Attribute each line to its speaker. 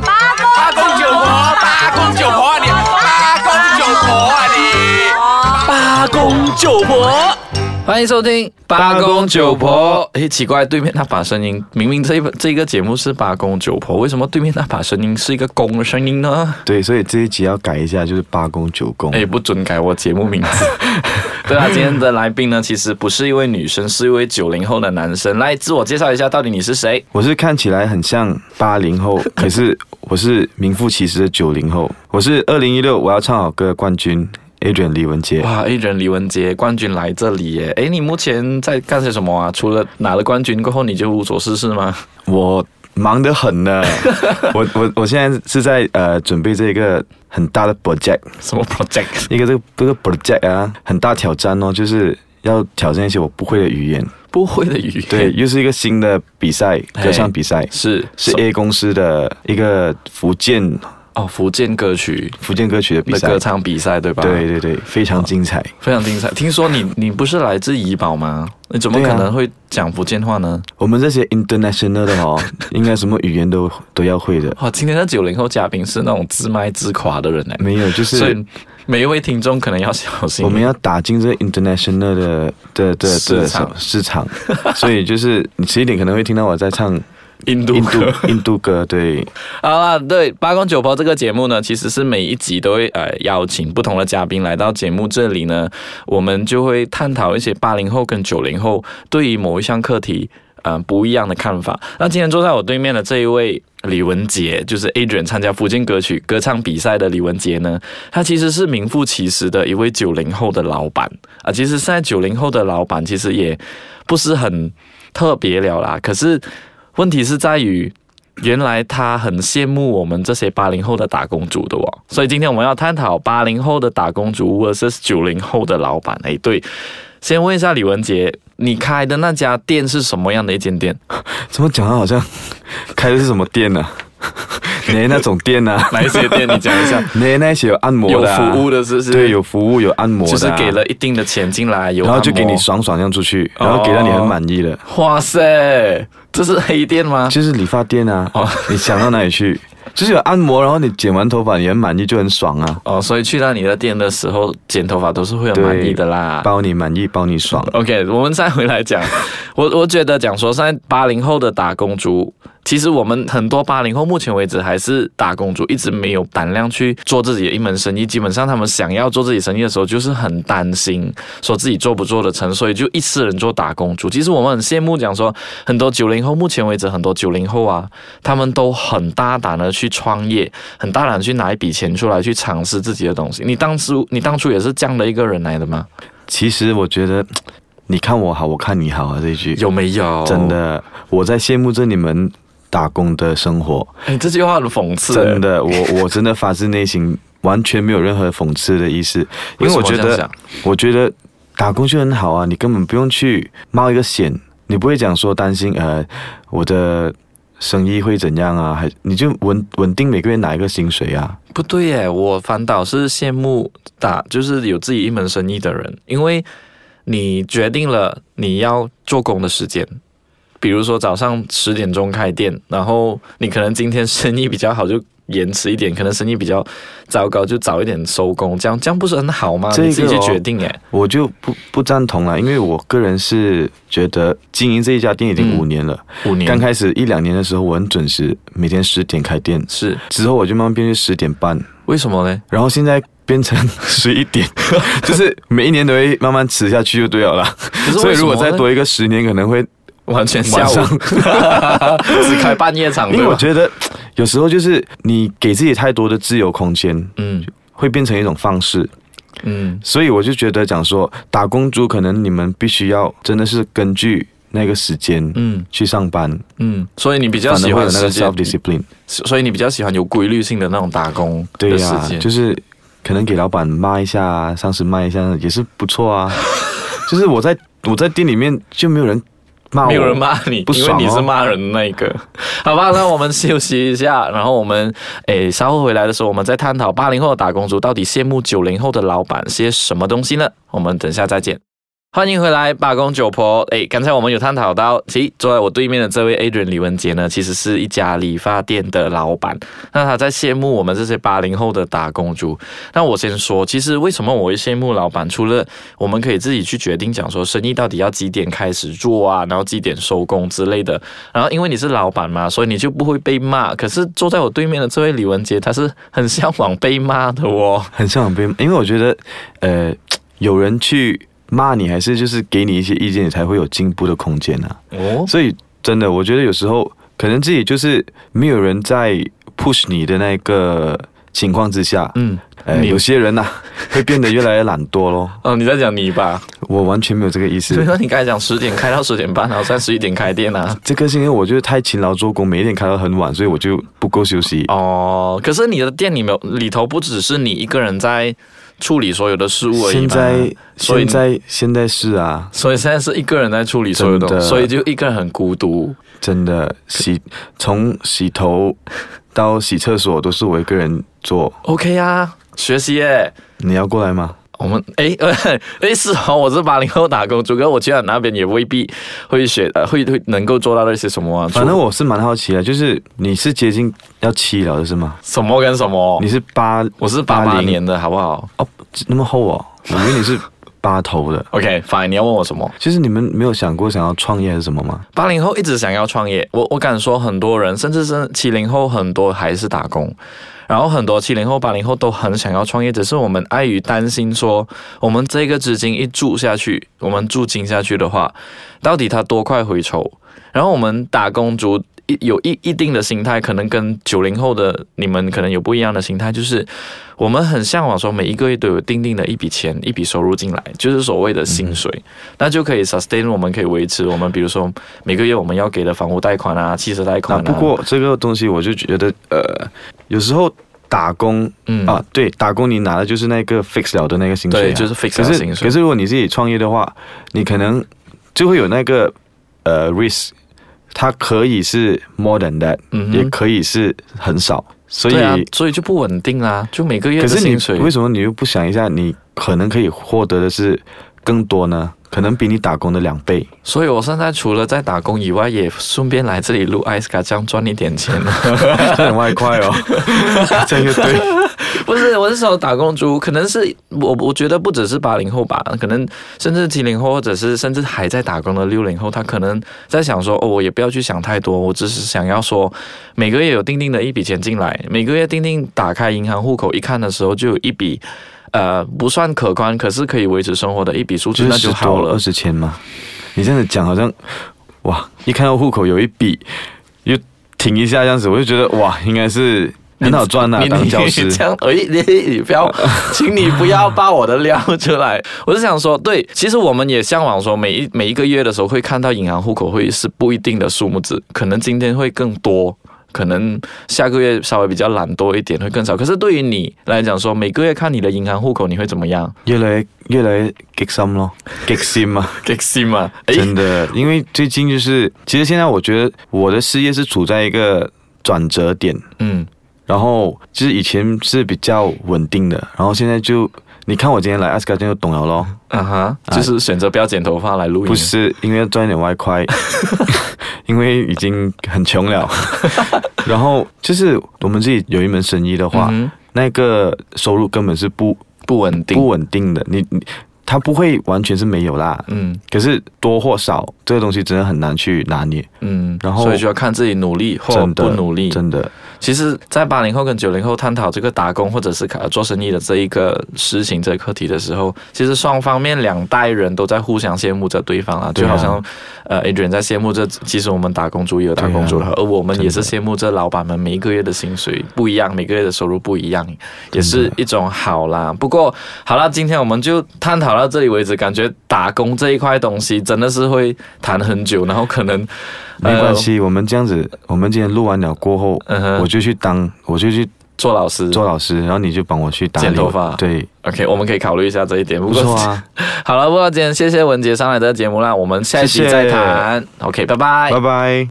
Speaker 1: 八公九婆，八公九婆啊你，八公九婆啊你，八公九婆。
Speaker 2: 欢迎收听《八公九婆》。诶，奇怪，对面那把声音，明明这一本这个节目是《八公九婆》，为什么对面那把声音是一个公的声音呢？
Speaker 3: 对，所以这一集要改一下，就是八公九公。
Speaker 2: 诶，不准改我节目名字。 对啊，今天的来宾呢，其实不是一位女生，是一位九零后的男生。来，自我介绍一下，到底你是谁？
Speaker 3: 我是看起来很像八零 后，可是我是名副其实的九零后。我是二零一六我要唱好歌的冠军 Adrian 李文杰。
Speaker 2: 哇，一人李文杰冠军来这里耶！诶，你目前在干些什么啊？除了拿了冠军过后，你就无所事事吗？
Speaker 3: 我忙得 很呢，我我我现在是在呃准备这个很大的 project，
Speaker 2: 什么 project？
Speaker 3: 一个这个这个 project 啊，很大挑战哦，就是要挑战一些我不会的语言。
Speaker 2: 不会的语言。
Speaker 3: 对，，又是一个新的比赛，
Speaker 2: 哎
Speaker 3: 歌唱比赛，
Speaker 2: 是
Speaker 3: 是 A 公司的一个福建
Speaker 2: 哦，福建歌曲
Speaker 3: 福建歌曲的比
Speaker 2: 的
Speaker 3: 赛
Speaker 2: 歌。唱比赛对吧？
Speaker 3: 对对对，非常精彩。
Speaker 2: 非常精彩。听说你你不是来自怡保吗？你怎么
Speaker 3: 对啊
Speaker 2: 可能会讲福建话呢？
Speaker 3: 我们这些 international 的 哦，应该什么语言都都要会的。
Speaker 2: 哇，今天的九零后嘉宾是那种自卖自夸的人呢，欸
Speaker 3: 没有，就
Speaker 2: 所
Speaker 3: 是
Speaker 2: 以每一位听众可能要小心。
Speaker 3: 我们要打进这个 international 的的的
Speaker 2: 市
Speaker 3: 的
Speaker 2: 场
Speaker 3: 市场，所以就是你迟一点可能会听到我在唱
Speaker 2: 印度
Speaker 3: 印
Speaker 2: 歌。
Speaker 3: 度印度歌。对，
Speaker 2: 好啦，对《八公九婆》这个节目呢，其实是每一集都会呃邀请不同的嘉宾来到节目这里呢，我们就会探讨一些八零后跟九零后对于某一项课题。嗯、不一样的看法。那今天坐在我对面的这一位李文杰，就是 Adrian 参加福建歌曲歌唱比赛的李文杰呢，他其实是名副其实的一位九零后的老板啊。其实现在九零后的老板其实也不是很特别了啦。可是问题是在于，原来他很羡慕我们这些八零后的打工族的哦，所以今天我们要探讨八零后的打工族 vs 九零后的老板。哎，对，先问一下李文杰，你开的那家店是什么样的一间店？
Speaker 3: 怎么讲啊？好像 开的是什么店呢、 啊？哪那种店呢、啊？
Speaker 2: 哪一些店？你讲一 下。
Speaker 3: 哪那些有按摩
Speaker 2: 有
Speaker 3: 的、啊？
Speaker 2: 服务的，是不是？
Speaker 3: 对，有服务有按摩的、啊，
Speaker 2: 就是给了一定的钱进来，有
Speaker 3: 然后就
Speaker 2: 按
Speaker 3: 给
Speaker 2: 摩哦
Speaker 3: 你爽爽这样出去，然后给到你很满意了。
Speaker 2: 哇塞，这是黑店吗？
Speaker 3: 就是理发店啊，
Speaker 2: 哦
Speaker 3: 你想到哪 里去？就是有按摩，然后你剪完头发你很满意就很爽啊，
Speaker 2: 哦，所以去到你的店的时候，剪头发都是会很满意的啦。
Speaker 3: 包你满意包你爽。
Speaker 2: OK，我们再回来 讲，我我觉得讲说，现在八零后的打工族，其实我们很多八零后目前为止还是打工族，一直没有胆量去做自己的一门生意。基本上他们想要做自己生意的时候，就是很担心说自己做不做得成，所以就一世人做打工族。其实我们很羡慕讲说，很多九零后，目前为止很多九零后啊，他们都很大胆的去创业，很大胆地去拿一笔钱出来去尝试自己的东西。你当初你当初也是这样的一个人来的吗？
Speaker 3: 其实我觉得，你看我好，我看你好啊，这一句
Speaker 2: 有没有？
Speaker 3: 真。的，我在羡慕着你们打工的生活，
Speaker 2: 哎，这句话很讽刺，
Speaker 3: 真的，我 我真的发自内心，完全没有任何讽刺的意思，
Speaker 2: 欸
Speaker 3: 因为我觉
Speaker 2: 什么这样
Speaker 3: 得
Speaker 2: 想
Speaker 3: 我觉得打工就很好啊，你根本不用去冒一个险，你不会讲说担心呃我的生意会怎样啊，还你就稳稳定每个月拿一个薪水啊。
Speaker 2: 不对耶，我反倒是羡慕打，就是有自己一门生意的人，因为你决定了你要做工的时间。比如说早上十点钟开店，然后你可能今天生意比较好，就延迟一点；可能生意比较糟糕，就早一点收工。这样这样不是很好吗？
Speaker 3: 这个
Speaker 2: 你自己去
Speaker 3: 哦
Speaker 2: 决定哎。
Speaker 3: 我就不不赞同了，因为我个人是觉得经营这一家店已经
Speaker 2: 嗯
Speaker 3: 五年了，
Speaker 2: 五年
Speaker 3: 刚开始一两年的时候我很准时，每天十点开店，
Speaker 2: 是
Speaker 3: 之后我就慢慢变成十点半，
Speaker 2: 为什么呢？
Speaker 3: 然后现在变成 十一 点，就是每一年都会慢慢吃下去就对了啦。
Speaker 2: 可是
Speaker 3: 所
Speaker 2: 为
Speaker 3: 以
Speaker 2: 什
Speaker 3: 如果
Speaker 2: 么
Speaker 3: 再
Speaker 2: 呢
Speaker 3: 多一个十年，可能会
Speaker 2: 完全下午
Speaker 3: 晚上
Speaker 2: 只开半夜场，
Speaker 3: 因为
Speaker 2: 对吧
Speaker 3: 我觉得有时候就是你给自己太多的自由空间，
Speaker 2: 嗯
Speaker 3: 会变成一种方式。
Speaker 2: 嗯
Speaker 3: 所以我就觉得讲说，打工族可能你们必须要真的是根据那个时间
Speaker 2: 嗯
Speaker 3: 去上班，
Speaker 2: 嗯，所以你比较
Speaker 3: 反
Speaker 2: 喜
Speaker 3: 正会有
Speaker 2: 欢
Speaker 3: 那个
Speaker 2: 时间
Speaker 3: self discipline。
Speaker 2: 所以你比较喜欢有规律性的那种打工
Speaker 3: 对
Speaker 2: 的
Speaker 3: 呀、
Speaker 2: 时间，
Speaker 3: 就是可能给老板骂一下啊，上司骂一下也是不 错啊。就是我在我在店里面就没有人骂我，
Speaker 2: 没有人骂你，
Speaker 3: 不
Speaker 2: 因为
Speaker 3: 爽哦
Speaker 2: 你是骂人的那一个。 好吧，那我们休息一下，然后我们诶稍后回来的时候，我们再探讨八零后的打工族到底羡慕九零后的老板些什么东西呢？我们等一下再见。欢迎回来，八公九婆。哎，刚才我们有探讨到，其实坐在我对面的这位 Adrian 李文杰呢，其实是一家理发店的老板。那他在羡慕我们这些八零后的打工族。那我先说，其实为什么我会羡慕老板？除了我们可以自己去决定讲说生意到底要几点开始做啊，然后几点收工之类的。然后因为你是老板嘛，所以你就不会被骂。可是坐在我对面的这位李文杰，他是很向往被骂的哦。
Speaker 3: 很向往被，因为我觉得，呃，有人去骂你，还是就是给你一些意见，你才会有进步的空间啊。
Speaker 2: 哦，
Speaker 3: 所以真的，我觉得有时候可能自己就是没有人在 push 你的那个情况之下，
Speaker 2: 嗯，
Speaker 3: 呃，
Speaker 2: 你
Speaker 3: 有些人呐、 会变得越来越懒惰咯。
Speaker 2: 哦，你在讲你吧。
Speaker 3: 我完全没有这个意
Speaker 2: 所以
Speaker 3: 思。
Speaker 2: 说你刚才讲十点开到十点半，然后再十一点开店啊。
Speaker 3: 这个是因为我就是太勤劳做工，每一天开到很晚，所以我就不够休息。
Speaker 2: 哦，可是你的店里面里头不只是你一个人在处理所有的事物而已
Speaker 3: 现
Speaker 2: 嘛
Speaker 3: 在
Speaker 2: 所以你
Speaker 3: 现在现在是啊，
Speaker 2: 所以现在是一个人在处理所有东
Speaker 3: 真
Speaker 2: 西，
Speaker 3: 的
Speaker 2: 所以就一个人很孤独。
Speaker 3: 真的洗从洗头到洗厕所都是我一个人做。
Speaker 2: OK 啊，学习耶。
Speaker 3: 你要过来吗？
Speaker 2: 我们诶 呃诶是哦，我是八零后打工族，可是我去了那边也未必会学呃会会能够做到一些什么、啊。
Speaker 3: 反正
Speaker 2: 除
Speaker 3: 我是蛮好奇的，就是你是接近要七了的是吗？
Speaker 2: 什么跟什么，
Speaker 3: 你是八，
Speaker 2: 我是八八
Speaker 3: 80
Speaker 2: 年的好不好
Speaker 3: 哦，那 么厚哦，我以为你是八头的。
Speaker 2: ？OK，反你要问我什么？
Speaker 3: 其实你们没有想过想要创业还是什么吗？
Speaker 2: 八零后一直想要创业，我我敢说，很多人甚至是七零后，很多还是打工。然后很多七零后、八零后都很想要创业，只是我们碍于担心说，我们这个资金一注下去，我们注金下去的话，到底它多快回酬？然后我们打工族一有一一定的心态，可能跟九零后的你们可能有不一样的心态，就是我们很向往说每一个月都有定定的一笔钱、一笔收入进来，就是所谓的薪水，
Speaker 3: 嗯
Speaker 2: 那就可以 sustain 我们可以维持我们，比如说每个月我们要给的房屋贷款啊、汽车贷
Speaker 3: 那
Speaker 2: 款啊。
Speaker 3: 不过这个东西我就觉得，呃，有时候打工
Speaker 2: 嗯
Speaker 3: 啊，对，打工你拿的就是那个 fix 了的那个薪水啊、
Speaker 2: 对，就是 fix
Speaker 3: 可
Speaker 2: 的
Speaker 3: 是
Speaker 2: 薪水
Speaker 3: 可。是如果你自己创业的话，你可能就会有那个呃 risk，它可以是 more than that，、
Speaker 2: 嗯哼
Speaker 3: 也可以是很少，所以、
Speaker 2: 对啊，所以就不稳定啦，就每个月
Speaker 3: 可
Speaker 2: 的
Speaker 3: 是
Speaker 2: 薪水
Speaker 3: 你为什么你又不想一下，你可能可以获得的是更多呢？可能比你打工的两倍。
Speaker 2: 所以我现在除了在打工以外，也顺便来这里录艾斯卡，这样赚一点 钱。
Speaker 3: 很外快哦， 这样就对。
Speaker 2: 不是，我是说打工族，可能是我我觉得不只是八零后吧，可能甚至七零后，或者是甚至还在打工的六零后，他可能在想说，哦，我也不要去想太多，我只是想要说，每个月有定定的一笔钱进来，每个月定定打开银行户口一看的时候，就有一笔。呃，不算可观，可是可以维持生活的一笔数字，
Speaker 3: 就
Speaker 2: 那
Speaker 3: 是
Speaker 2: 就
Speaker 3: 十
Speaker 2: 好
Speaker 3: 多
Speaker 2: 了
Speaker 3: 二。十千嘛。你这样子讲好像，哇，一看到户口有一笔，又停一下这样子，我就觉得哇，应该是很好赚呐、啊
Speaker 2: 你
Speaker 3: 当教师
Speaker 2: 你。这样，哎，你你不 要，请你不要把我的料出来。我是想说，对，其实我们也向往说，每一每一个月的时候会看到银行户口会是不一定的数目字，可能今天会更多。可能下个月稍微比较懒多一点，会更少。可是对于你来讲说每个月看你的银行户口，你会怎么样？
Speaker 3: 越来越越来越激心咯，激心嘛，
Speaker 2: 开心吗？哎，
Speaker 3: 真的，因为最近就是，其实现在我觉得我的事业是处在一个转折点，
Speaker 2: 嗯，
Speaker 3: 然后就是以前是比较稳定的，然后现在就，你看我今天来阿斯卡就懂了咯，
Speaker 2: 啊哈，就是选择不要剪头发来录音。
Speaker 3: 嗯不是因为要赚一点外 快，因为已经很穷了。然后就是我们自己有一门生意的话，
Speaker 2: 嗯哼，
Speaker 3: 那个收入根本是不
Speaker 2: 不稳定。
Speaker 3: 不稳定的，你你它不会完全是没有啦。
Speaker 2: 嗯
Speaker 3: 可是多或少这个东西真的很难去拿捏，
Speaker 2: 嗯，
Speaker 3: 然后
Speaker 2: 所以就要看自己努力或
Speaker 3: 真的
Speaker 2: 不努力。
Speaker 3: 真的
Speaker 2: 其实，在八零后跟九零后探讨这个打工或者是呃做生意的这一个事情、这个课题的时候，其实双方面两代人都在互相羡慕着对方啊，
Speaker 3: 对
Speaker 2: 就好
Speaker 3: 啊
Speaker 2: 像呃 Adrian 在羡慕着，其实我们打工族也有打工族的，
Speaker 3: 对啊
Speaker 2: 而我们也是羡慕着老板们每一个月的薪水不一样，每个月的收入不一样，也是一种好啦。不过好啦，今天我们就探讨到这里为止，感觉打工这一块东西真的是会谈很久，然后可能
Speaker 3: 没关，系。我们这样子，我们今天录完了过后，
Speaker 2: 呃嗯
Speaker 3: 我
Speaker 2: 哼，
Speaker 3: 就去当，我就去
Speaker 2: 做老师
Speaker 3: 做老师，然后你就帮我去打理
Speaker 2: 剪头
Speaker 3: 我
Speaker 2: 发
Speaker 3: 对，
Speaker 2: ，OK，我们可以考虑一下这一点。不
Speaker 3: 不
Speaker 2: 过
Speaker 3: 错啊，
Speaker 2: 好了，不过今天谢谢文杰上来的节目啦，我们下一集
Speaker 3: 谢谢
Speaker 2: 再谈。OK，拜拜
Speaker 3: 拜拜。